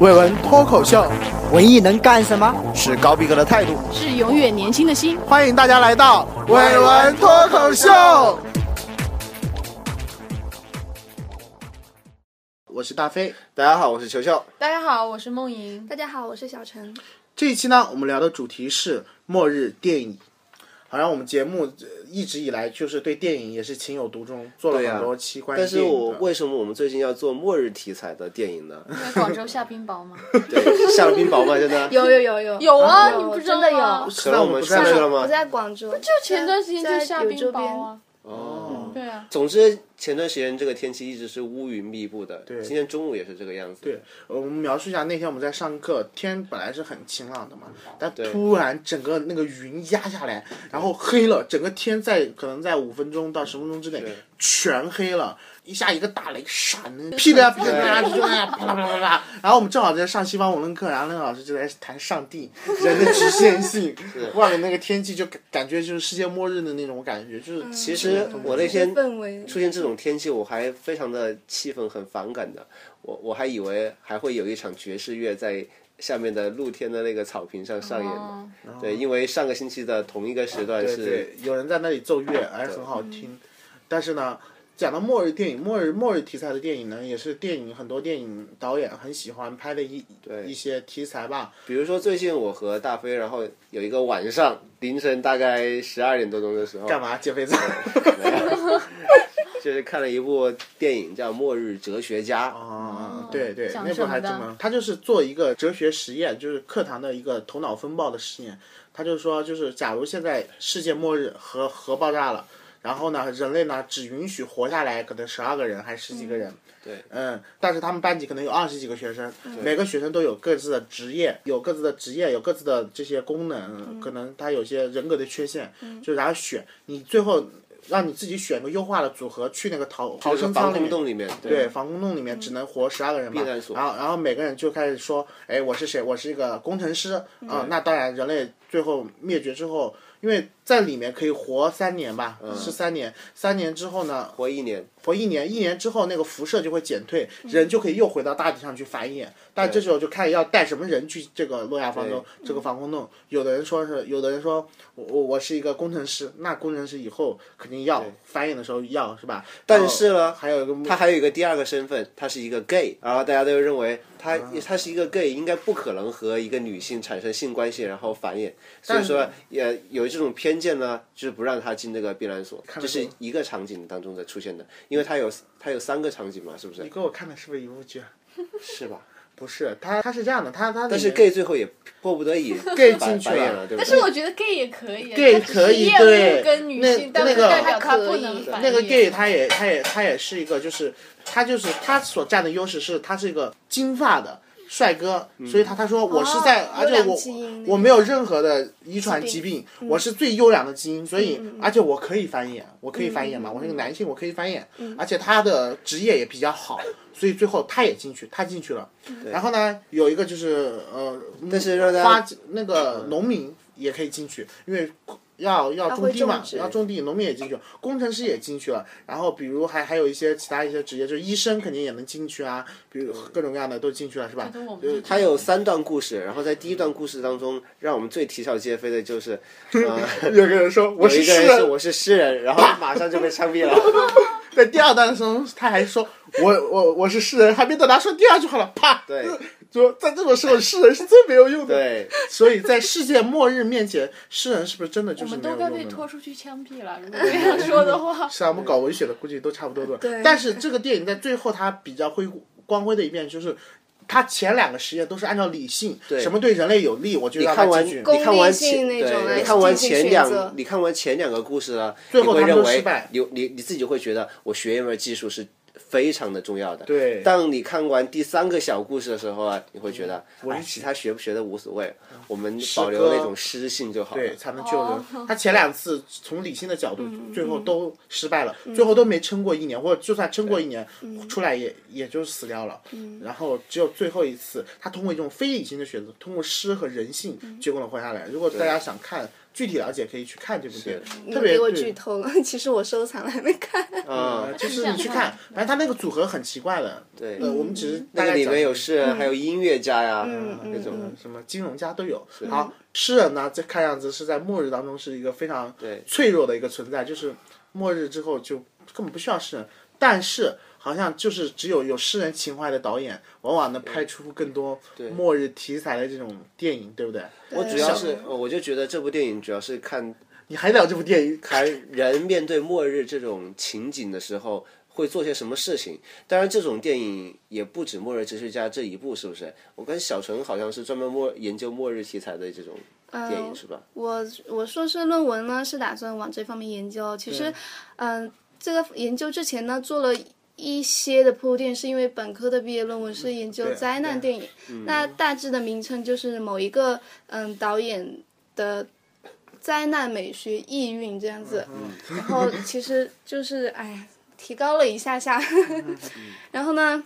伟文脱口秀文艺能干什么？是高逼格的态度，是永远年轻的心。欢迎大家来到伟文脱口秀。我是大飞，大家好，我是球球。大家好，我是梦莹。大家好，我是小陈。这一期呢，我们聊的主题是末日电影。好像我们节目呃一直以来就是对电影也是情有独钟，做了对呀很多期关于但是电影我的为什么我们最近要做末日题材的电影呢？ 在广州下冰雹吗？对，下了冰雹吗？真的？有有有有， 有啊，有你不知道真的吗有可能我们下失了去了我吗？在广州，不就就前段时间就下冰雹啊。哦。对啊，总之，前段时间这个天气一直是乌云密布的，对今天中午也是这个样子。对，我们描述一下那天我们在上课，天本来是很晴朗的嘛，但突然整个那个云压下来，然后黑了，整个天在可能在五分钟到十分钟之内全黑了，一下一个大雷闪，噼里啪啦噼里啪啦就那样啪啦啪啦啪啦。然后我们正好在上西方文论课，然后那个老师就在谈上帝人的局限性，外面那个天气就感感觉就是世界末日的那种感觉，就是其实我那天氛围出现这种天气，我还非常的气愤，很反感的。我我还以为还会有一场爵士乐在下面的露天的那个草坪上上演呢。哦对，因为上个星期的同一个时段对是哦对，有人在那里奏乐，哎，很好听。但是呢，讲到末日电影，末日末日题材的电影呢，也是电影很多电影导演很喜欢拍的一一些题材吧。比如说，最近我和大飞，然后有一个晚上凌晨大概十二点多钟的时候，干嘛减肥餐？就是看了一部电影叫《末日哲学家》。啊，对对，讲那嗯什部么还真的蛮，他就是做一个哲学实验，就是课堂的一个头脑风暴的实验。他就说，就是假如现在世界末日核核爆炸了，然后呢，人类呢只允许活下来可能十二个人还是十几个人。对，嗯，但是他们班级可能有二十几个学生，嗯每个学生都有各自的职业，有各自的职业，有各自的这些功嗯能，可能他有些人格的缺陷，就然后选你最后让你自己选个优化的组合去那个逃逃生舱里防空面。洞里面，对，防空洞里面只能活十二个人嘛，难所然后然后每个人就开始说，哎，我是谁？我是一个工程师啊、那当然，人类最后灭绝之后，因为在里面可以活三年吧，是三年。三年之后呢，活嗯一年，活一年，一年之后那个辐射就会减退，人就可以又回到大地上去繁衍。但这时候就看要带什么人去这个诺亚方舟这个防空洞。有的人说是，有的人说我我我是一个工程师，那工程师以后肯定要繁衍的时候要是吧？但是呢还有一个他还有一个第二个身份，他是一个 gay，然后大家都认为他啊他是一个 gay，应该不可能和一个女性产生性关系然后繁衍，所以说也有这种偏见呢，就是不让他进这个避难所，这是一个场景当中的出现的，因为他有他有三个场景嘛，是不是你？给我看的是不是一部剧啊？是吧？不是，他他是这样的，他他但是里面 gay 最后也迫不得已 gay 繁进去繁衍了了，对不对？但是我觉得 gay 也可以啊 gay 他只是可以业务对跟女那性，但那不个代表他他不可以能繁那个衍 gay 他也他也他也是一个，就是他就是他所占的优势是他是一个金发的帅哥，所以他他说我哦是在，而且优良我基因我没有任何的遗传疾病，我是最优良的基因，所以而且我可以繁衍，我可以繁衍嘛，我是个男性，我可以繁衍，而且他的职业也比较好，所以最后他也进去，他进去了。然后呢，有一个就是呃，但是让大家花那个农民也可以进去，因为要要种地嘛种，植要种地，农民也进去了，工程师也进去了，然后比如还还有一些其他一些职业，就是医生肯定也能进去啊，比如各种各样的都进去了，是吧？我们它有三段故事，然后在第一段故事当中，让我们最啼笑皆非的 就是，呃，有个人说我有是一个诗人是人，我是诗人，然后马上就被 枪毙了。在第二段的时候，他还说我我我是诗人，还没等他说第二句话呢，啪，对，说在这种时候诗人是最没有用的。 对，所以在世界末日面前，诗人是不是真的我就是们没有都用的该呢？被拖出去枪毙了。如果这样说的 话，是啊，我们搞文学的估计都差不多的。对但是这个电影在最后，它比较辉光辉的一面就是，它前两个实验都是按照理性，对什么对人类有利，我就你让看它完进去。功你看完前功利性那种哎对，来你看完进行前选择两你看完前两个故事了，最后你会他们认都为失败你你你自己会觉得我学一门技术是非常的重要的。对当你看完第三个小故事的时候啊，你会觉得嗯我哎，是其他学不学的无所谓，我们诗保留歌那种诗性就好了。对，才能救哦人。他前两次从理性的角度，嗯最后都失败了，最后都没撑过一年，或者就算撑过一年，嗯出来也也就死掉了。然后只有最后一嗯次，他通过一种非理性的选择，通过诗和人性救了活下来。如果大家想看具体了解可以去看这部电影，你特别嗯给我对剧透了， 其实我收藏了还没 看。呃，就是你去看，反正他那个组合很奇怪的。对，呃，我们只是大嗯那个概里讲面有诗人，还有音乐家呀，那种嗯什么金融家都有。好，诗人呢，这看样子是在末日当中是一个非常脆弱的一个存在，就是末日之后就根本不需要诗人，但是。好像就是只有有诗人情怀的导演，往往能拍出更多末日题材的这种电影，对不对？我主要是对，呃我就觉得这部电影主要是看你还聊这部电影， 看人面对末日这种情景的时候会做些什么事情。当然，这种电影也不止《末日哲学家》这一部，是不是？我跟小陈好像是专门末研究末日题材的这种电影，是吧？嗯我我硕士论文呢是打算往这方面研究。其实，嗯、这个研究之前呢做了一些的铺垫，是因为本科的毕业论文是研究灾难电影，嗯那大致的名称就是某一个嗯、导演的。灾难美学意蕴这样子，嗯然后其实就是哎，提高了一下下。 然后呢，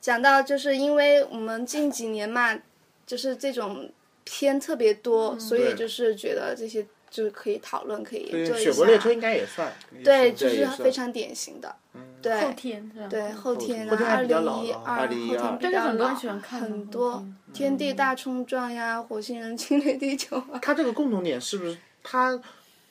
讲到就是因为我们近几年嘛，就是这种片特别多，嗯所以对就是觉得这些就是可以讨论，可以研究一下。雪国列车》应该也算。对，也就算是也算非常典型的。对，后天是吧？对后天后天啊，还二比较零老一了二，后2012天比但较是很多人老喜欢看的很后多天天地大冲撞呀，火星人侵略地球啊，它这个共同点是不是它？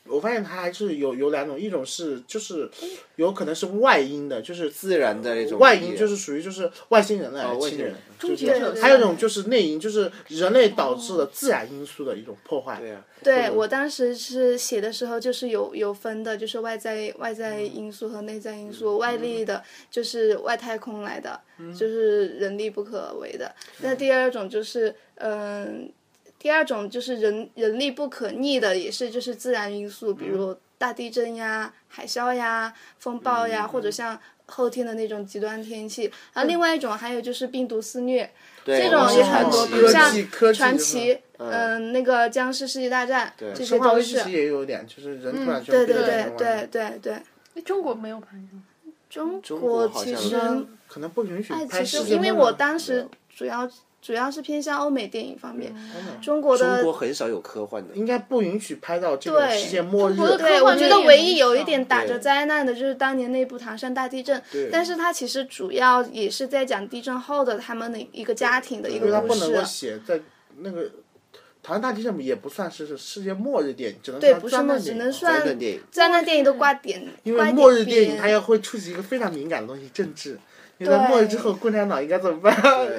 我发现它还是有有两种，一种是就是有可能是外因的，就是自然的那种哦外因，就是是属于就是外星人来的外侵星人人，就结是者还有一种就是内因，就是人类导致的自然因素的一种破坏。对啊，对我当时是写的时候，就是有有分的，就是外在外在因素和内在因素，外力的就是外太空来的，就是人力不可为的。那第二种就是，嗯、第二种就是人人力不可逆的，也是就是自然因素，比如大地震呀、海啸呀、风暴呀，或者像。后天的那种极端天气，然后另外一种还有就是病毒肆虐，这这种也很多，哦比如科像技科技传就是奇，嗯，那个僵尸世界大战，这些生化都危机是嗯其实。也有点，就是人突然就变对对成对人外对因，对对，那中国没有拍吗？中国国好其像实是可能不允许哎，拍其世实界因为末我日当时主要主要是偏向欧美电影方面，嗯中国中国的很少有科幻的。应该不允许拍到这种对世界末日中国的对科我幻觉电得影唯很一有一少点打着对灾难的就是当年那部唐山大地震，但是它其实主要也是在讲地震后的他们的一个家庭的一因为它个故不能事啊够。写在那个《唐人大地震》也不算是世界末日电影，只能对，算不是专那门只电能影灾算难电影灾难电影都挂点，因挂为末点日电影边它要会触及一个非常敏感的东西——政治。你在末日之后，共产党应该怎么办？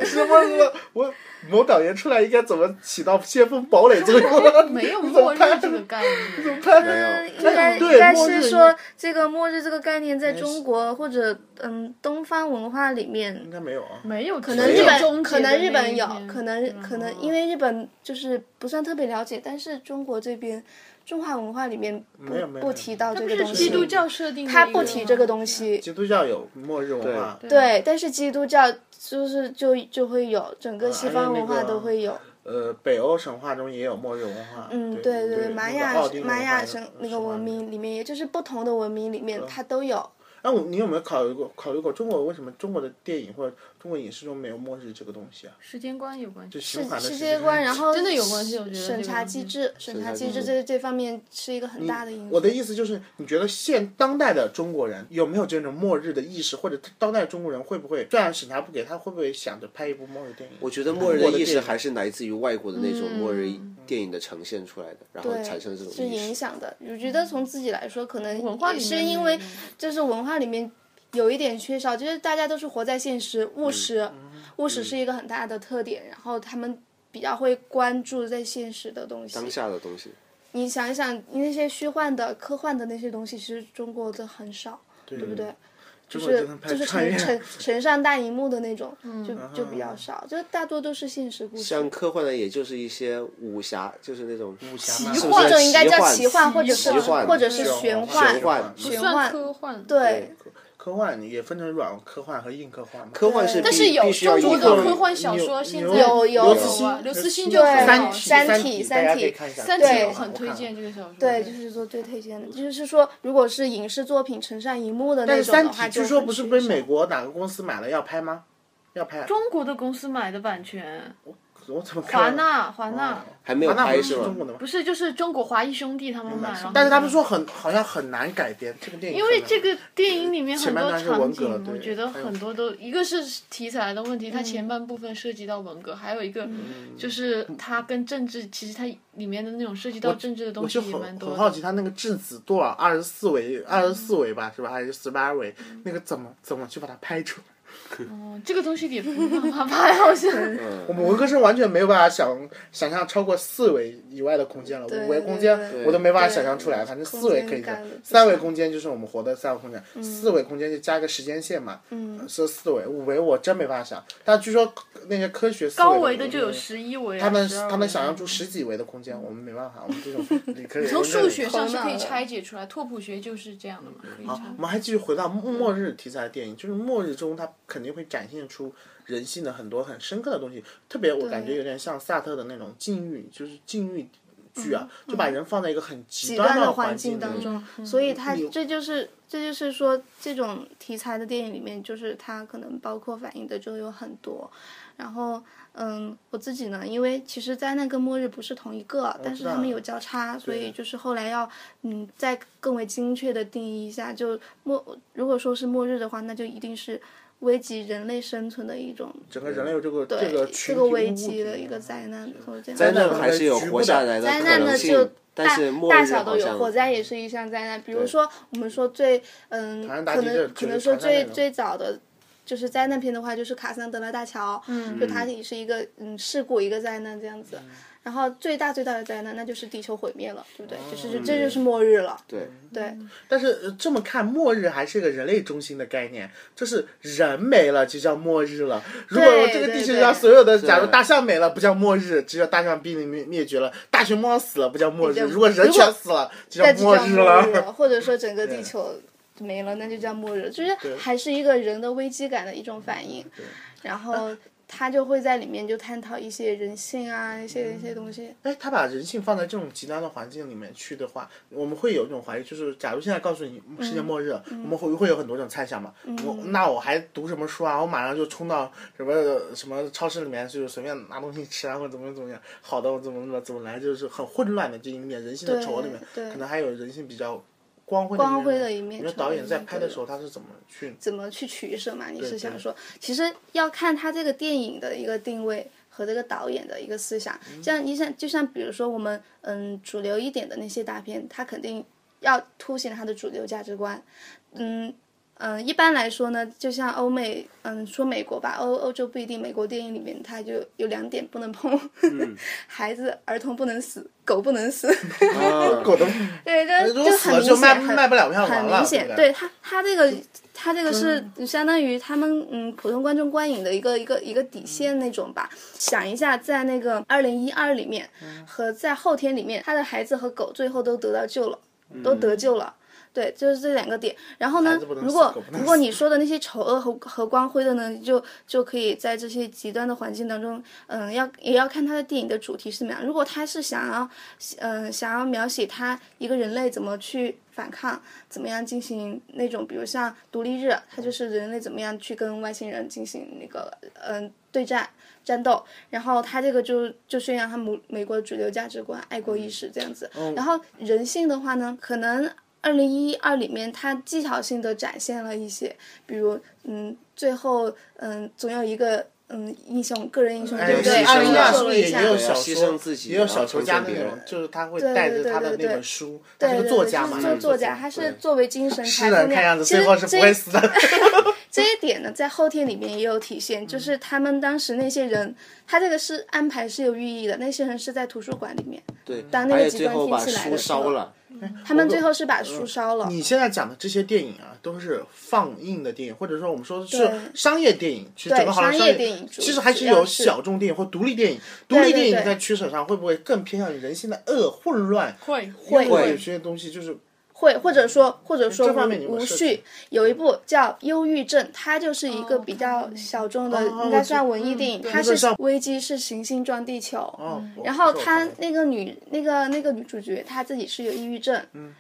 是末日了，我某导演出来应该怎么起到先锋堡垒作 用？没有末日这个概念。没有嗯，应该对应该末日是应说这个“末日”这个概念在中国或者嗯东方文化里面应，该没有啊。没有，可可能没有日中本介可的能那日本一有天，可嗯能可能因为日本就是不算特别了解，但是中国这边中华文化里面没有没不有不提到这不个是东基西，督教设定的一，他不提这个东西。基督教有末日文化，对，但是基督教就是就就会有，整个西而且方那文化个都会有。呃，北欧神话中也有末日文化。嗯，对对对，玛雅玛雅神那个文。那个奥丁文化有神话明里面，也就是不同的文明里面，它都有。那我你有没有考虑过考虑过中国为什么中国的电影或者中国影视中没有末日这个东西啊？时间观有关系。循环的世时界间观，然后真的有关系我觉得这审个查东西机制、审查机机制制这这方面是一个很大的因素。我的意思就是，你觉得现当代的中国人有没有这种末日的意识，或者当代中国人会不会，虽然审查不给他，会不会想着拍一部末日电影？我觉得末日中的国意识电影还是来自于外国的那种末日电影的呈现出来的，然后对产生这种是意识影响的。我觉得从自己来说，可能文化也里是面因没为有就是文化里面有一点缺少，就是大家都是活在现实，务实，务实是一个很大的特点。然后他们比较会关注在现实的东西。当下的东西。你想一想，那些虚幻的、科幻的那些东西，其实中国的很少，对不对？就国真是的拍就是穿越呈呈呈上大荧幕的那种，就就比较少，就大多都是现实故事像。科幻的，也就是一些武侠，就是那种武侠嘛是不这是种应该叫奇奇幻，或者是奇幻或者是玄玄幻幻，玄幻不玄算幻科幻，对，科幻也分成软科幻和硬科幻嘛。科幻是必，但是有必须要中国依靠的于科幻小说你现有在有有刘慈有啊欣，刘慈欣就对很三好，体，三三体大家可以三体看一下。三对体我我看很了推。荐这个小说。对，就是说最推荐的，就是说，如果是影视作品呈上荧幕的但那是种三的体话，据就说很不是缺被少美国哪个公司买了要拍吗？要拍。中国的公司买的版权，我哦怎么看华纳，华纳还没有华纳拍不是是吗中国的吗？不是就是中国华谊兄弟他们嘛，然后但是他们说很好像很难改编这个电影，因为这个电影里面很前多半段是场文革景，对我觉得很多都一个是题材的问题，它嗯前半部分涉及到文革，还有一个嗯就是它跟政治，其实它里面的那种涉及到政治的东我西就也蛮很多的。很好奇他那个质子多少二十四维二十四维吧是吧还是十八维那个怎么怎么去把它拍出来？嗯，这个东西也没 办法拍，好 像。我们文科生完全没有办法想想象超过四维以外的空间了，对五维空间对我都没办法想象出来，反正四维可以空间的感的，三维空间就是我们活的三维空间，嗯四维空间就加一个时间线嘛，嗯，是四维，五维我真没办法想，但据说那些科学四高维维的东就西有十一维、啊，他们12维他们想象出十几维的空间，我们没办法，我们这种理科人从数学上是头脑可以的拆解出来，拓扑学就是这样的嘛，可以拆好，我们还继续回到末末日题材的电影，就是末日中它肯定会展现出人性的很多很深刻的东西，特别我感觉有点像萨特的那种禁欲，就是禁欲剧啊，就把人放在一个很极嗯极端的的环境境当里中，嗯所以它你这就是这就是说这种题材的电影里面，就是它可能包括反映的就有很多。然后，嗯，我自己呢，因为其实灾难跟末日不是同一个，但是知道他们有交叉，所以就是后来要嗯再更为精确的定义一下，就末如果说是末日的话，那就一定是危及人类生存的一种整个人类有这个嗯对这个群这个体危物机品的一啊个灾难，所以这样灾难灾难还是有活下来的灾可难能呢性，就但是末大日小都好有，像火灾也是一项灾难。比如说，我们说最嗯，唐人大可地震能就是可能说唐山那最种最早的就是灾难片的话，就是卡桑德拉大桥，嗯，就它也是一个嗯事故一个灾难这样子。嗯然后最大最大的灾难，那就是地球毁灭了，对不对？哦就是就这就是末日了。对对，但是呃这么看，末日还是个人类中心的概念，就是人没了就叫末日了。如果对这个地球对上对所有的，假如对大象没了不叫末日，只有大象濒临灭灭绝了；大熊猫死了不叫末日，对对如果人如果全死了就那叫就末叫日末日了。了，或者说整个地球没了，那就叫末日，就是还是一个人的危机感的一种反应。然后他就会在里面就探讨一些人性啊，一些一些东西。哎，他把人性放在这种极端的环境里面去的话，我们会有一种怀疑，就是假如现在告诉你世界末日，嗯我们会会有很多种猜想嘛。我那我还读什么书啊？我马上就冲到什么什么超市里面，就是随便拿东西吃啊，或者怎么怎么样。好的，我怎么怎么怎么来，就是很混乱的这一面，人性的丑恶里面，对可能还有人性比较光辉光辉的一面你说丑恶导演的在一面拍都的有时候，他是怎么去？怎么去取舍嘛？你是想对说，其实要看他这个电影的一个定位和这个导演的一个思想。嗯这样，你像就像比如说我们嗯主流一点的那些大片，它肯定要凸显它的主流价值观。嗯嗯，一般来说呢，就像欧美，嗯，说美国吧，欧欧洲不一定，美国电影里面它就有两点不能碰，嗯 孩子、儿童不能死，狗不能死。 啊，狗的，对，这如果死很了明显，就卖很卖不了票很房了，明显，不对他他这个他这个是相当于他们嗯普通观众观影的一个一个一个嗯底线那种吧。想一下，在那个二零一二里面嗯和在后天里面，他的孩子和狗最后都得到救了，都得救了。对，就是这两个点。然后嗯孩呢子不，能如死果狗不能如果你说的那些丑恶和和光辉的呢，就就可以在这些极端的环境当中，嗯，要也要看他的电影的主题是什么样。如果他是想要，嗯、想要描写他一个人类怎么去反抗，怎么样进行那种，比如像独立日，它就是人类怎么样去跟外星人进行那个嗯、对战战斗，然后他这个就就宣扬他美美国主流价值观、爱国意识这样子。嗯然后人性的话呢，可能二零一二里面它技巧性的展现了一些，比如嗯，最后嗯，总有一个嗯英雄，个人英雄，哎对不对？牺牲二零一了二是做不是了也一也下。有对小说，牺牲自己也有然后小说成家全那别种人，就是他会对带对着对他的对那对本书，他对是个对对，作家嘛，就是也做是作家，他是作为精神诗财人富看样量，子其实最后是不会这死的。这一点呢，在后天里面也有体现，嗯就是他们当时那些人，他这个是安排是有寓意的，那些人是在图书馆里面，对，当那还个有极最端后把天气来书的时烧候了，他们最后是把书烧了。 嗯你现在讲的这些电影啊，都是放映的电影，或者说我们说是对商业电影，其实对整个好像商业业电影主其实还是主要有是小众电影或独立电影。独对立电影对在取舍上会不会更偏向于人性的恶、混乱？会会因为有些东西就是会，或者说或者嗯说这方面你有无没有无涉序及，有一部叫《忧郁症》，它就是一个比较小众的，哦应我该知算文艺电影。对它那个是像危机是行星撞地球，哦，我然后不是我她看过那个女那个那个女主角，她自己是有抑郁症，嗯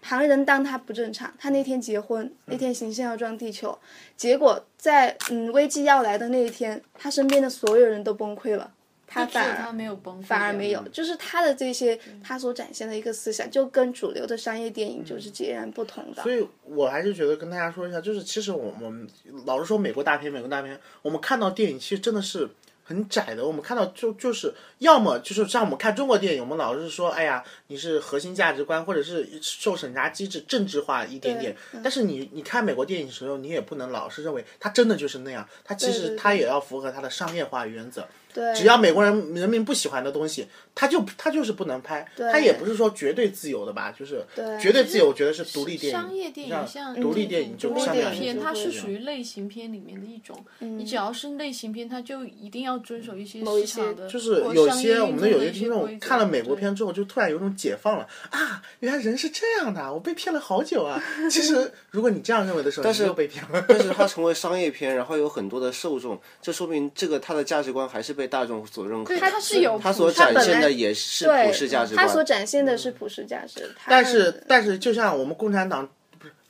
旁人当她不正常。她那天结婚，嗯那天行星要撞地球，结果在嗯危机要来的那一天，她身边的所有人都崩溃了。他只有反他而没有崩溃，反而没有，就是他的这些他所展现的一个思想，就跟主流的商业电影就是截然不同的。嗯所以我还是觉得跟大家说一下，就是其实我我们老是说美国大片，美国大片，我们看到电影其实真的是很窄的。我们看到就就是要么就是像我们看中国电影，我们老是说，哎呀，你是核心价值观，或者是受审查机制政治化一点点。嗯但是你你看美国电影的时候，你也不能老是认为它真的就是那样，它其对实对它也要符合它的商业化原则。对，只要美国人人民不喜欢的东西，他就他就是不能拍，他也不是说绝对自由的吧，就是对绝对自由，我觉得是独立电影。商业电影像独立这电种影就独立上电面来影说片，它就是这啊属于类型片里面的一种。你只要是类型片，它就一定要遵嗯守一些某一市些场的就或是商业运作的一规则，有些我们的有些听众看了美国对片之后，就突然有种解放了啊！原来人是这样的，我被骗了好久啊！其实如果你这样认为的时候，但是又被骗了。但是它成为商业片，然后有很多的受众，这说明这个它的价值观还是被大众所认可的。对它是有它普所它展本现来的也是对普世价值观。他所展现的是普世价值，他嗯但嗯是但是，就像我们共产党。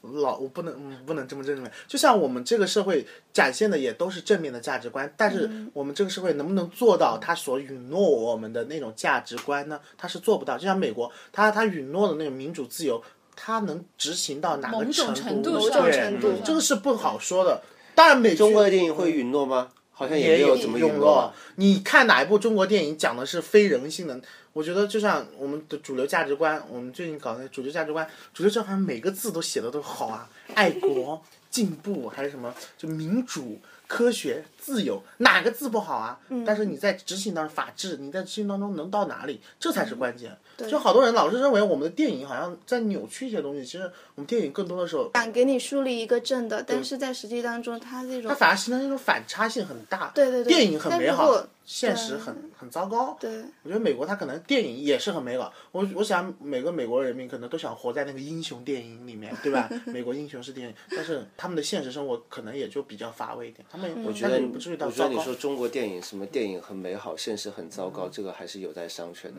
不是老我不能嗯不能这么认为，就像我们这个社会展现的也都是正面的价值观，但是嗯我们这个社会能不能做到他所允诺我们的那种价值观呢？他是做不到。就像美国，他他允诺的那种民主自由，他能执行到哪个某种程度？对，度上某种程度嗯这个是不好说的。当然，美中国的电影会允诺吗？好像也没有有怎么用诺啊。你看哪一部中国电影讲的是非人性的？我觉得就像我们的主流价值观，我们最近搞的主流价值观，主流价值观每个字都写的都好啊，爱国、进步还是什么，就民主、科学、自由，哪个字不好啊？嗯但是你在执行当中，法治，你在执行当中能到哪里，这才是关键。就好多人老是认为我们的电影好像在扭曲一些东西，其实我们电影更多的时候，想给你树立一个正的，但是在实际当中，他这种它反而形成一种反差性很大。对对对电影很但美如好果，现实很很糟糕。对我觉得美国它可能电影也是很美好，我我想每个美国人民可能都想活在那个英雄电影里面，对吧？美国英雄是电影，但是他们的现实生活可能也就比较乏味一点，他们我觉得也不至于到我觉糟得你糕。嗯说中国电影什么电影很美好，现实很糟糕，这个还是有待商榷的。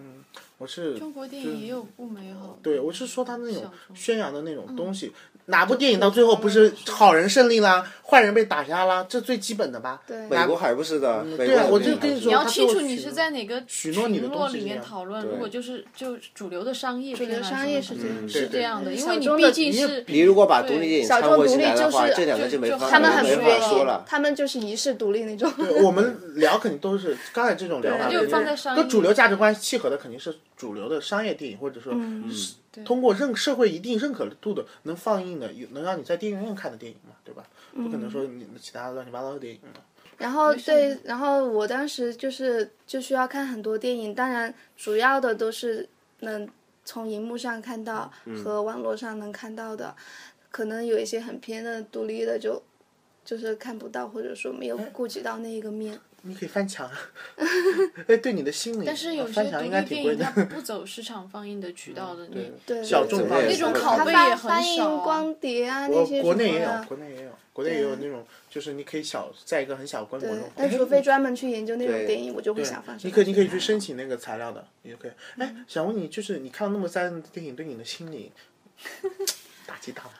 我是中国电影也有不美好的。对，我是说他那种众宣扬的那种东西，哪部电影到最后不是好人胜利啦，坏人被打压啦，这最基本的吧？对美国还不是的，美对国啊的我电就跟你影还是说，你要他清最楚后你取是在哪个许群诺你的东落西里是面这样讨论，对如果就是就主流的商业啊主主流商业是这样，嗯对是这样的，对因为你小众毕的竟你也是你如果把独立电影小掺众和进来独立的就是话，这两个就没就法他们很很不没不法愿愿说意意了，。他们就是一世独立那种。对 我们聊肯定都是刚才这种聊法，对对就放在对商业跟主流价值观契合的肯定是主流的商业电影，或者说是通过认社会一定认可度的能放映的，有能让你在电影院看的电影嘛，对吧？不可能说你其他乱七八糟的电影嘛。然后对，然后我当时就是就需要看很多电影，当然主要的都是能从荧幕上看到嗯和网络上能看到的，可能有一些很偏的独立的就就是看不到，或者说没有顾及到那一个面。你可以翻墙，啊哎，对你的心理，但是有些翻独墙立应该电挺贵影的嗯它。 不走市场放映的渠道的，你对，小众放映对那种对拷贝它也很翻译少啊光碟啊那我些国什内么也有的，国内也有，国内也有那种，就是你可以小在一个很小的规模对中，，但哎除非专门去研究那种对电影，我就会嗯对想放什你么。可以你可以去申请那个材料的，也可以。哎，想问你，就是你看了那么三的电影，对你的心 理打击大吗？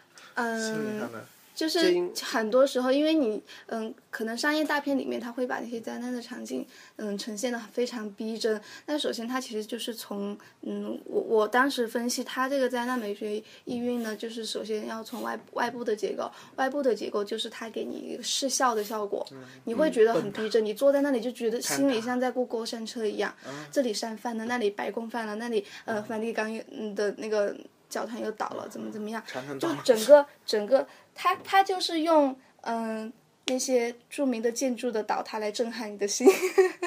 心理嗯上，的，啊就是很多时候，因为你嗯，可能商业大片里面他会把那些灾难的场景嗯呈现的非常逼真。那首先，它其实就是从嗯，我我当时分析它这个灾难美学意蕴呢，就是首先要从外外部的结构，外部的结构就是它给你一个视效的效果，你会觉得很逼真，你坐在那里就觉得心里像在过过山车一样，这里山翻了，那里白宫翻了，那里呃梵蒂冈嗯的那个教堂又倒了，怎么怎么样，常常就到了整个整个，它它就是用嗯、那些著名的建筑的倒塌来震撼你的心。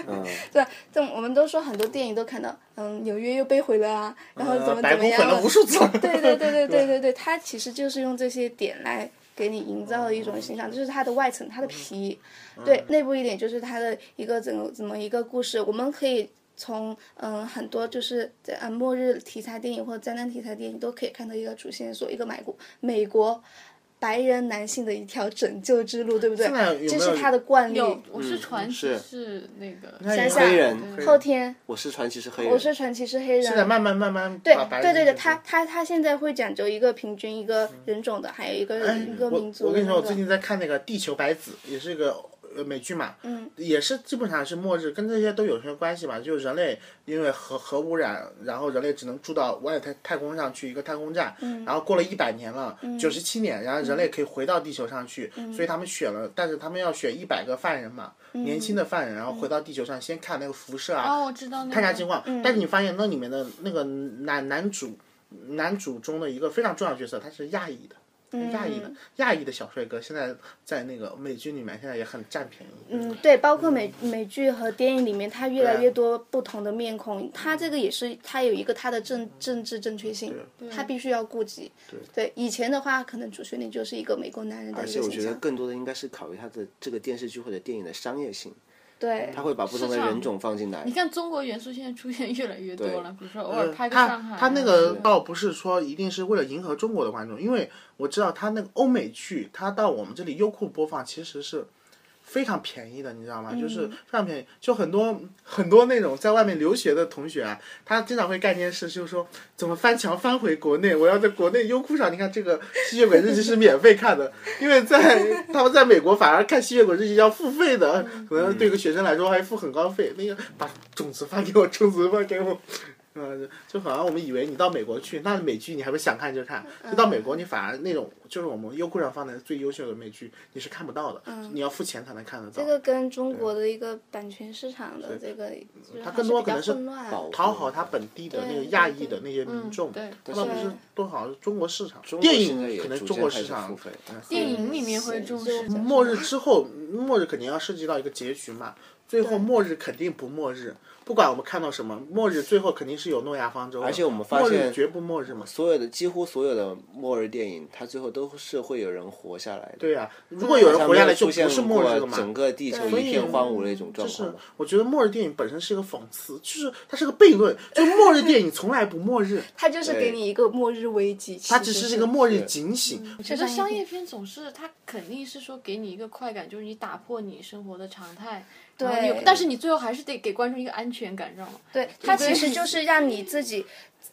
嗯， 对，这我们都说很多电影都看到，嗯，纽约又被毁了啊，然后怎么呃白怎么宫样毁了无数 次。 对对对对对对对，它其实就是用这些点来给你营造的一种形象，就是它的外层，嗯它的皮，对内部一点就是它的一个整个怎么一个故事，我们可以。从嗯很多就是在呃末日题材电影或者灾难题材电影都可以看到一个主线索，一个美国美国白人男性的一条拯救之路，对不对？现在有没有这是他的惯例。有哦我嗯是传奇是是那个那也想黑想人，后天，我是传奇是黑人，我说传奇是黑人，现在慢慢慢慢对把白对人对对，就是他他他现在会讲究一个平均一个人种的，还有一个、哎一个我民族我的跟你那个。说，我最近在看那个《地球白子》，也是一个呃美剧嘛，嗯，也是基本上是末日，跟这些都有些关系吧。就人类因为核核污染，然后人类只能住到外太太空上去一个太空站，嗯然后过了一百年了，九十七年，然后人类可以回到地球上去，嗯所以他们选了，但是他们要选一百个犯人嘛，年轻的犯人，然后回到地球上先看那个辐射啊，哦，我知道那个。看一下情况。但是你发现那里面的那个男男主，男主中的一个非常重要的角色，他是亚裔的。亚裔的亚裔的小帅哥，现在在那个美剧里面，现在也很占便宜。嗯，对，包括美美剧和电影里面，它越啊来越多不同的面孔，它这个也是它有一个它的政政治正确性，啊它必须要顾及。对，以前的话，可能主旋律就是一个美国男人的而一且个我形觉得象。更多的应该是考虑它的这个电视剧或者电影的商业性，对，它会把不同的市场人种放进来你。看中国元素现在出现越来越多了，比如说偶尔拍个上海呃他啊。他那个倒不是说一定是为了迎合中国的观众，因为我知道他那个欧美剧，他到我们这里优酷播放其实是非常便宜的，你知道吗？就是嗯非常便宜，就很多很多那种在外面留学的同学啊，他经常会干一件事，就是说怎么翻墙翻回国内，我要在国内优酷上，你看这个《吸血鬼日记》是免费看的，因为在他们在美国反而看《吸血鬼日记》要付费的，嗯可能对一个学生来说还付很高费。那个把种子发给我，种子发给我。嗯，就好像我们以为你到美国去，那美剧你还会想看就看，就到美国你反而那种就是我们优酷上放的最优秀的美剧你是看不到的，你要付钱才能看得到。这个跟中国的一个版权市场的这个，就是啊它还更多比可较能是混乱。啊保讨好他本地的那个亚裔的那些民嗯众，对他倒不是对多好中国市场，中国电现在影也可能逐中渐国开市始场付费嗯电影里面会重视是的末日之后， 末日肯定要涉及到一个结局嘛。最后末日肯定不末日，不管我们看到什么，末日最后肯定是有诺亚方舟的。而且我们发末现日绝不末日嘛。所有的几乎所有的末日电影，它最后都是会有人活下来的。对啊，如果有人好像活没下来，有就出不现是末日过了嘛。整个地球一片荒芜的一种状就是况嘛。我觉得末日电影本身是一个讽刺，就是它是个悖论，就末日电影从来不末 日，它就是给你一个末日危机，它只是一个末日警醒。其实商业片总是它肯定是说给你一个快感，就是你打破你生活的常态，然后你有对但是你最后还是得给观众一个安全感，知道吗？对，它其实就是让你自己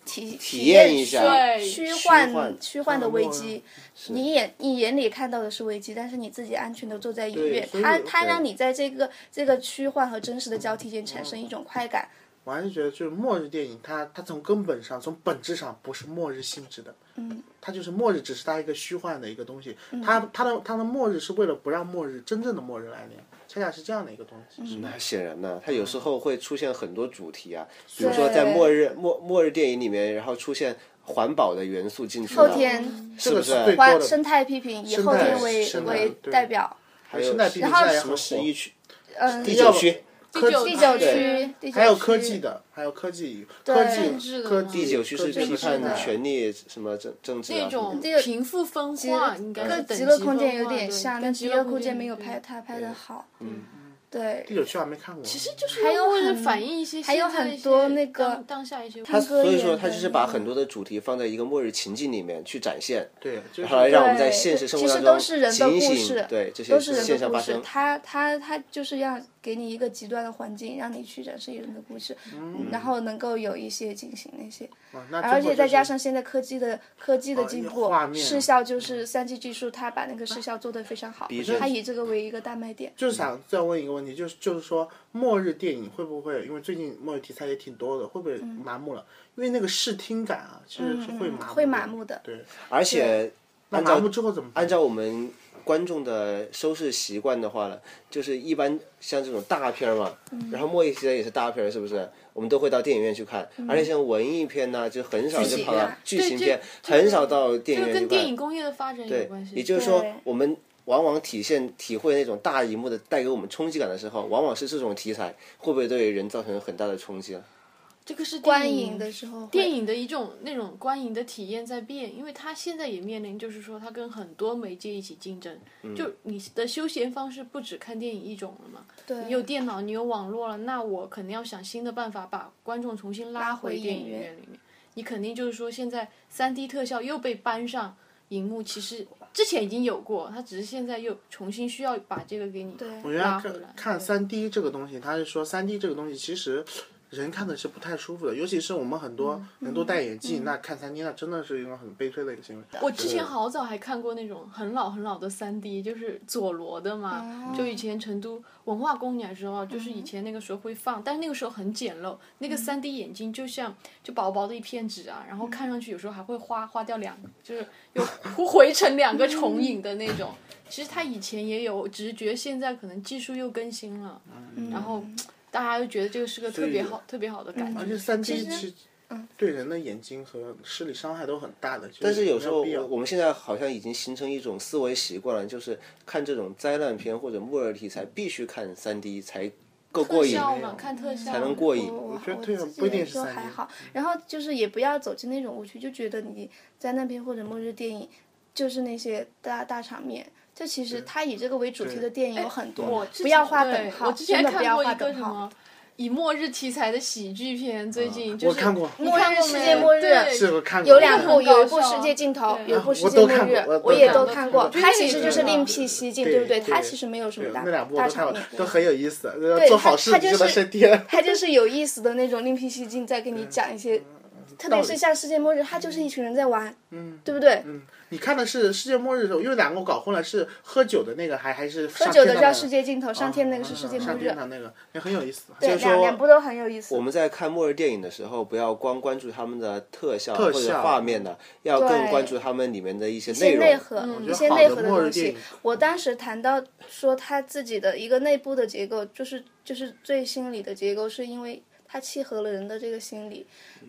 体体验一虚下对虚虚幻幻虚幻的危机。你眼你眼里看到的是危机，但是你自己安全的坐在医院，所以它对它让你在这个这个虚幻和真实的交替间产生一种快感。我还是觉得，就是末日电影它，它从根本上、从本质上不是末日性质的，嗯，它就是末日，只是它一个虚幻的一个东西。它它的它的末日是为了不让末日真正的末日来临，恰恰是这样的一个东西。那显然呢，它有时候会出现很多主题啊，比如说在末日末末日电影里面，然后出现环保的元素进去后了，天嗯是不嗯是？这个是最花多的生态批评以后态天为生态为对代表，还有现代什比么现在也什很么火十，一区、嗯，第要九不区、科技第九对区，第九还有区科技的，还有科技科技政治的科嘛技第九区是科技批判的权力什么政政治啊那什么种的。这个贫富分极乐化，应该是跟等级极乐分空间化有点对像，跟但极极乐乐空间没有对拍他拍的好。嗯，对第，九区还没看过，其实就是还有为了很反映一些还有现在的一很多些那个当当下一些他所以说，它演就的是把那个很多的主题放在一个末日情境里面去展现，对，就是然后来让我们在对现实生活其当实中都是人的警故醒事对这些都是人现的象故发事生。。他他他就是要给你一个极端的环境，让你去展示人的故事，嗯然后能够有一些进行那些，啊那最而后且就再是加上现在科技的科哦技的进步画，面视效嗯就是三 G 技术，它把那个视效做得非常好着，它以这个为一个大卖点。就是想再问一个问题，就是就是说末日电影会不会，因为最近末日题材也挺多的，会不会嗯麻木了？因为那个视听感啊，其实是会麻木的、会麻木的对，而且那麻木之后怎么办？按照我们观众的收视习惯的话呢，就是一般像这种大片儿嘛，嗯然后末日题材也是大片儿，是不是？我们都会到电影院去看，而且像文艺片呢，就很少就跑到嗯剧剧情情片对片，这这很少到电影就院去跟电看。影工业的发展有关系。也就是说对，我们往往体现体会那种大荧幕的带给我们冲击感的时候，往往是这种题材会不会对人造成很大的冲击啊？这个是电观影的时候会，电影的一种那种观影的体验在变，因为它现在也面临，就是说它跟很多媒介一起竞争，嗯就你的休闲方式不只看电影一种了嘛。对你有电脑，你有网络了，那我肯定要想新的办法把观众重新拉回回电影影院院里面。你肯定就是说，现在三 D 特效又被搬上荧幕，其实之前已经有过，它只是现在又重新需要把这个给你对我原来拉回看来。看对三 D 这个东西，他是说三 D 这个东西其实人看的是不太舒服的，尤其是我们很多嗯人都戴眼镜，那看三 D 那真的是一种很悲催的一个行为。我之前好早还看过那种很老很老的三 D，就是佐罗的嘛，就以前成都文化宫，你还知道，就是以前那个时候会放，但是那个时候很简陋，那个三 D 眼镜就像就薄薄的一片纸啊，然后看上去有时候还会花花掉两，就是有回成两个重影的那种。其实它以前也有直觉，现在可能技术又更新了，然后大家就觉得这个是个特别好特别好的感觉。而且三 D 其实嗯对人的眼睛和视力伤害都很大的。但是有时候没必要我我们现在好像已经形成一种思维习惯了，就是看这种灾难片或者末日题材必须看三 D 才够过特瘾，效嘛，看特效啊才能过瘾。我我觉得哦我对啊自己不一嗯定来是说三 D 还好，然后就是也不要走进那种误区，就觉得你在那边或者末日电影就是那些大大场面。就其实它以这个为主题的电哎影有很多我，之不要前画对等号，我之前真的不看要过画一个等什号么。以末日题材的喜剧片，最近就是我看过你末看日过世没界末日对是我看过有两部，很搞有一部笑啊世界尽头，对有一部啊世我界都末看日过我，都我也看都过看我过。觉得它那其个实也就是很好另辟蹊径，对对不对？对它其实没有什么对大那两部我大都看场过面，，都很有意思，对做它好事它值就得是升天。它就是有意思的那种另辟蹊径，在给你讲一些，特嗯别道是理嗯像世界末日，它就是一群人在玩，对不对？你看的是世界末日的时候，因为两个我搞混了，是喝酒的那个还还是喝喝酒的叫世界尽头，上天那个是世界末哦上日天，堂那个也很有意思。对，就是两两部都很有意思我。们在看末日电影的时候，不要光关注他们的特效特或者效画面的，要更对关注他们里面的一些一些容。内核，嗯一些内核的末日东电影西。我当时谈到说他自己的一个内部的结构，就是就是最心理的结构，是因为它契合了人的这个心理，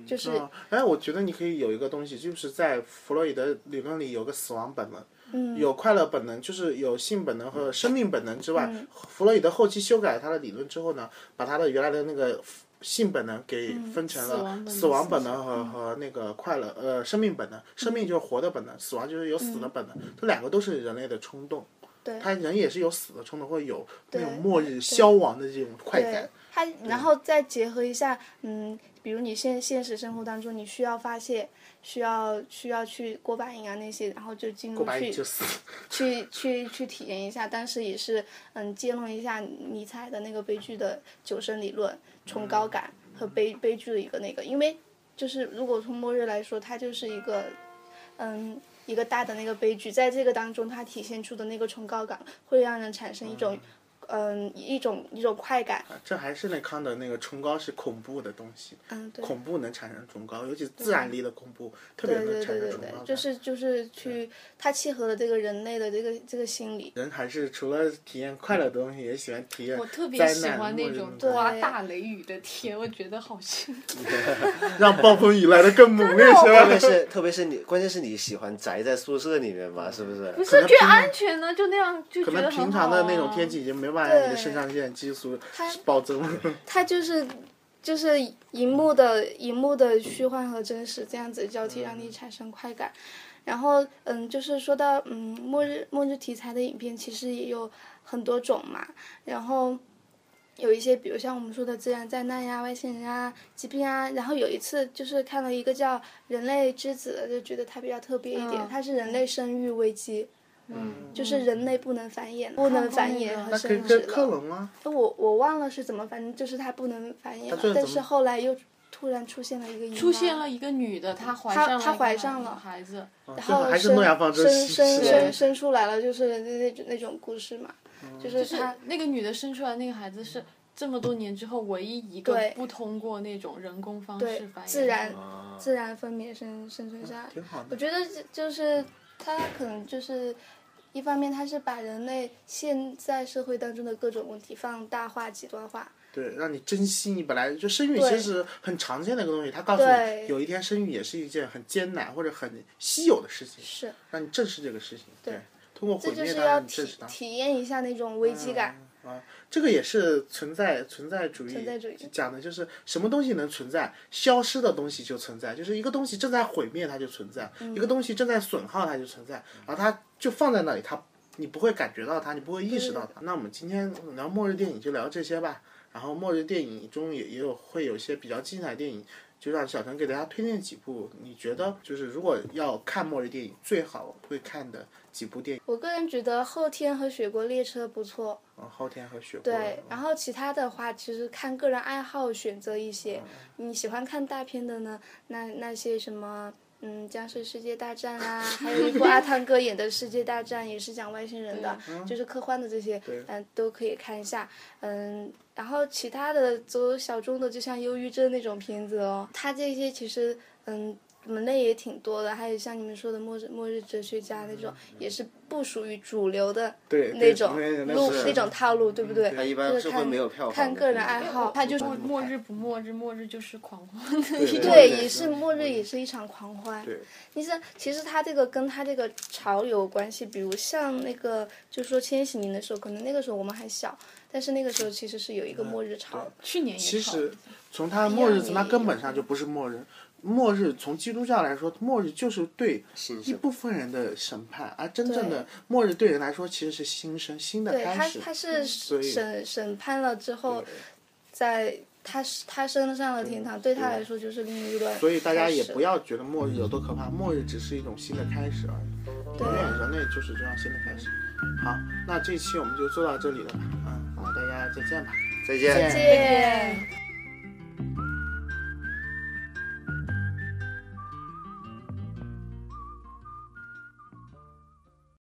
就是啊，哎，我觉得你可以有一个东西，就是在弗洛伊德理论里有个死亡本能，有快乐本能，就是有性本能和生命本能之外，弗洛伊德后期修改他的理论之后呢，把他的原来的那个性本能给分成死亡了本能死亡本能和和那个快乐呃生命本能，生命就是活的本能，死亡就是有死的本能，这两个都是人类的冲动。对他人也是有死的冲动，或者有那种对末日消亡的这种快对感。它，然后再结合一下，嗯，比如你现现实生活当中你需要发泄，需要需要去过把瘾啊那些，然后就进入白去就死了，去去去体验一下，当时也是嗯借用一下尼采的那个悲剧的九声理论，崇高感和悲悲剧的一个那个，因为就是如果从末日来说，它就是一个嗯一个大的那个悲剧，在这个当中它体现出的那个崇高感，会让人产生一种嗯一种一种快感，啊这还是那康德那个崇高是恐怖的东西。嗯对。恐怖能产生崇高，尤其自然力的恐怖特别对能对产生对对崇对高，感。就是就是去，它契合了这个人类的这个这个心理，人还是除了体验快乐的东西，也喜欢体验我特别灾喜难欢末那日种东西刮对大雷雨的天，我觉得好幸福。让暴风雨来的更猛烈些特吧。别是特别是你，关键是你喜欢宅在宿舍里面嘛，是不是？不可是能觉得平安全呢，就那样就可觉能得平很常好的那种啊天气已经没办法让你的对肾上腺激素它暴增。 它就是就是荧幕的荧幕的虚幻和真实这样子交替，嗯让你产生快感。然后，嗯，就是说到嗯末日末日题材的影片，其实也有很多种嘛。然后有一些，比如像我们说的自然灾难呀、外星人啊、疾病啊。然后有一次就是看了一个叫《人类之子》的，就觉得它比较特别一点，嗯它是人类生育危机。嗯，就是人类不能繁衍，不能繁衍那和可以生殖跟了。克隆啊吗？我我忘了是怎么，反正就是他不能繁衍他最了后。但怎么是后来又突然出现了一个出 现了一个女的，她怀上了她一怀个上了孩子，然啊最后后还是生诺亚方舟生是生是生生出来了，就是那那那种故事嘛，嗯就是就是他那个女的生出来那个孩子是这么多年之后唯一一个对不通过那种人工方式繁衍，自然啊自然分娩生生存下来。嗯挺好的。我觉得这就是他可能就是一方面，他是把人类现在社会当中的各种问题放大化、极端化。对，让你珍惜你本来就生育，对其实很常见的一个东西。他告诉你，对有一天生育也是一件很艰难或者很稀有的事情，是，让你正视这个事情。对对，通过这毁就灭是它要让你正体视它。体验一下那种危机感。啊，这个也是存在存在主义，存在主义讲的就是什么东西能存在，消失的东西就存在，就是一个东西正在毁灭它就存在，嗯一个东西正在损耗它就存在，然后它就放在那里，它你不会感觉到它，你不会意识到它。那我们今天聊末日电影就聊这些吧，然后末日电影中也也有会有一些比较精彩的电影。就让小陈给大家推荐几部，你觉得就是如果要看末日电影，最好会看的几部电影。我个人觉得《后天》和《雪国列车》不错，嗯，后天和雪对，然后其他的话，其实看个人爱好选择一些。你喜欢看大片的呢，那那些什么，嗯，《僵尸世界大战》啊，还有一部阿汤哥演的《世界大战》，也是讲外星人的，就是科幻的这些，嗯、都可以看一下。嗯，然后其他的走小众的，就像忧郁症那种片子哦，它这些其实，嗯。门类也挺多的，还有像你们说的末日末日哲学家那种，也是不属于主流的对那种对那路是嗯那种套路，对不对？它一般就是是会看没有票房看的个人爱好，他就是末日不末日，末日就是狂欢。对对，对也是末日，也是一场狂欢。对，其实其实它这个跟它这个潮流有关系，比如像那个就说千禧年的时候，可能那个时候我们还小，但是那个时候其实是有一个末日潮。去年也其炒实从它的末日，从它根本上就不是末日。末日从基督教来说，末日就是对一部分人的审判，而真正的末日对人来说其实是新生、新的对，开他始。嗯他是所以审审判了之后，在他他升上了天堂，对他来说就是另一段。所以大家也不。要觉得末日有多可怕，末日只是一种新的开始而已。对永远人类就是这样新的开始。好，那这一期我们就做到这里了吧？嗯，好，大家再见吧。再见。再见。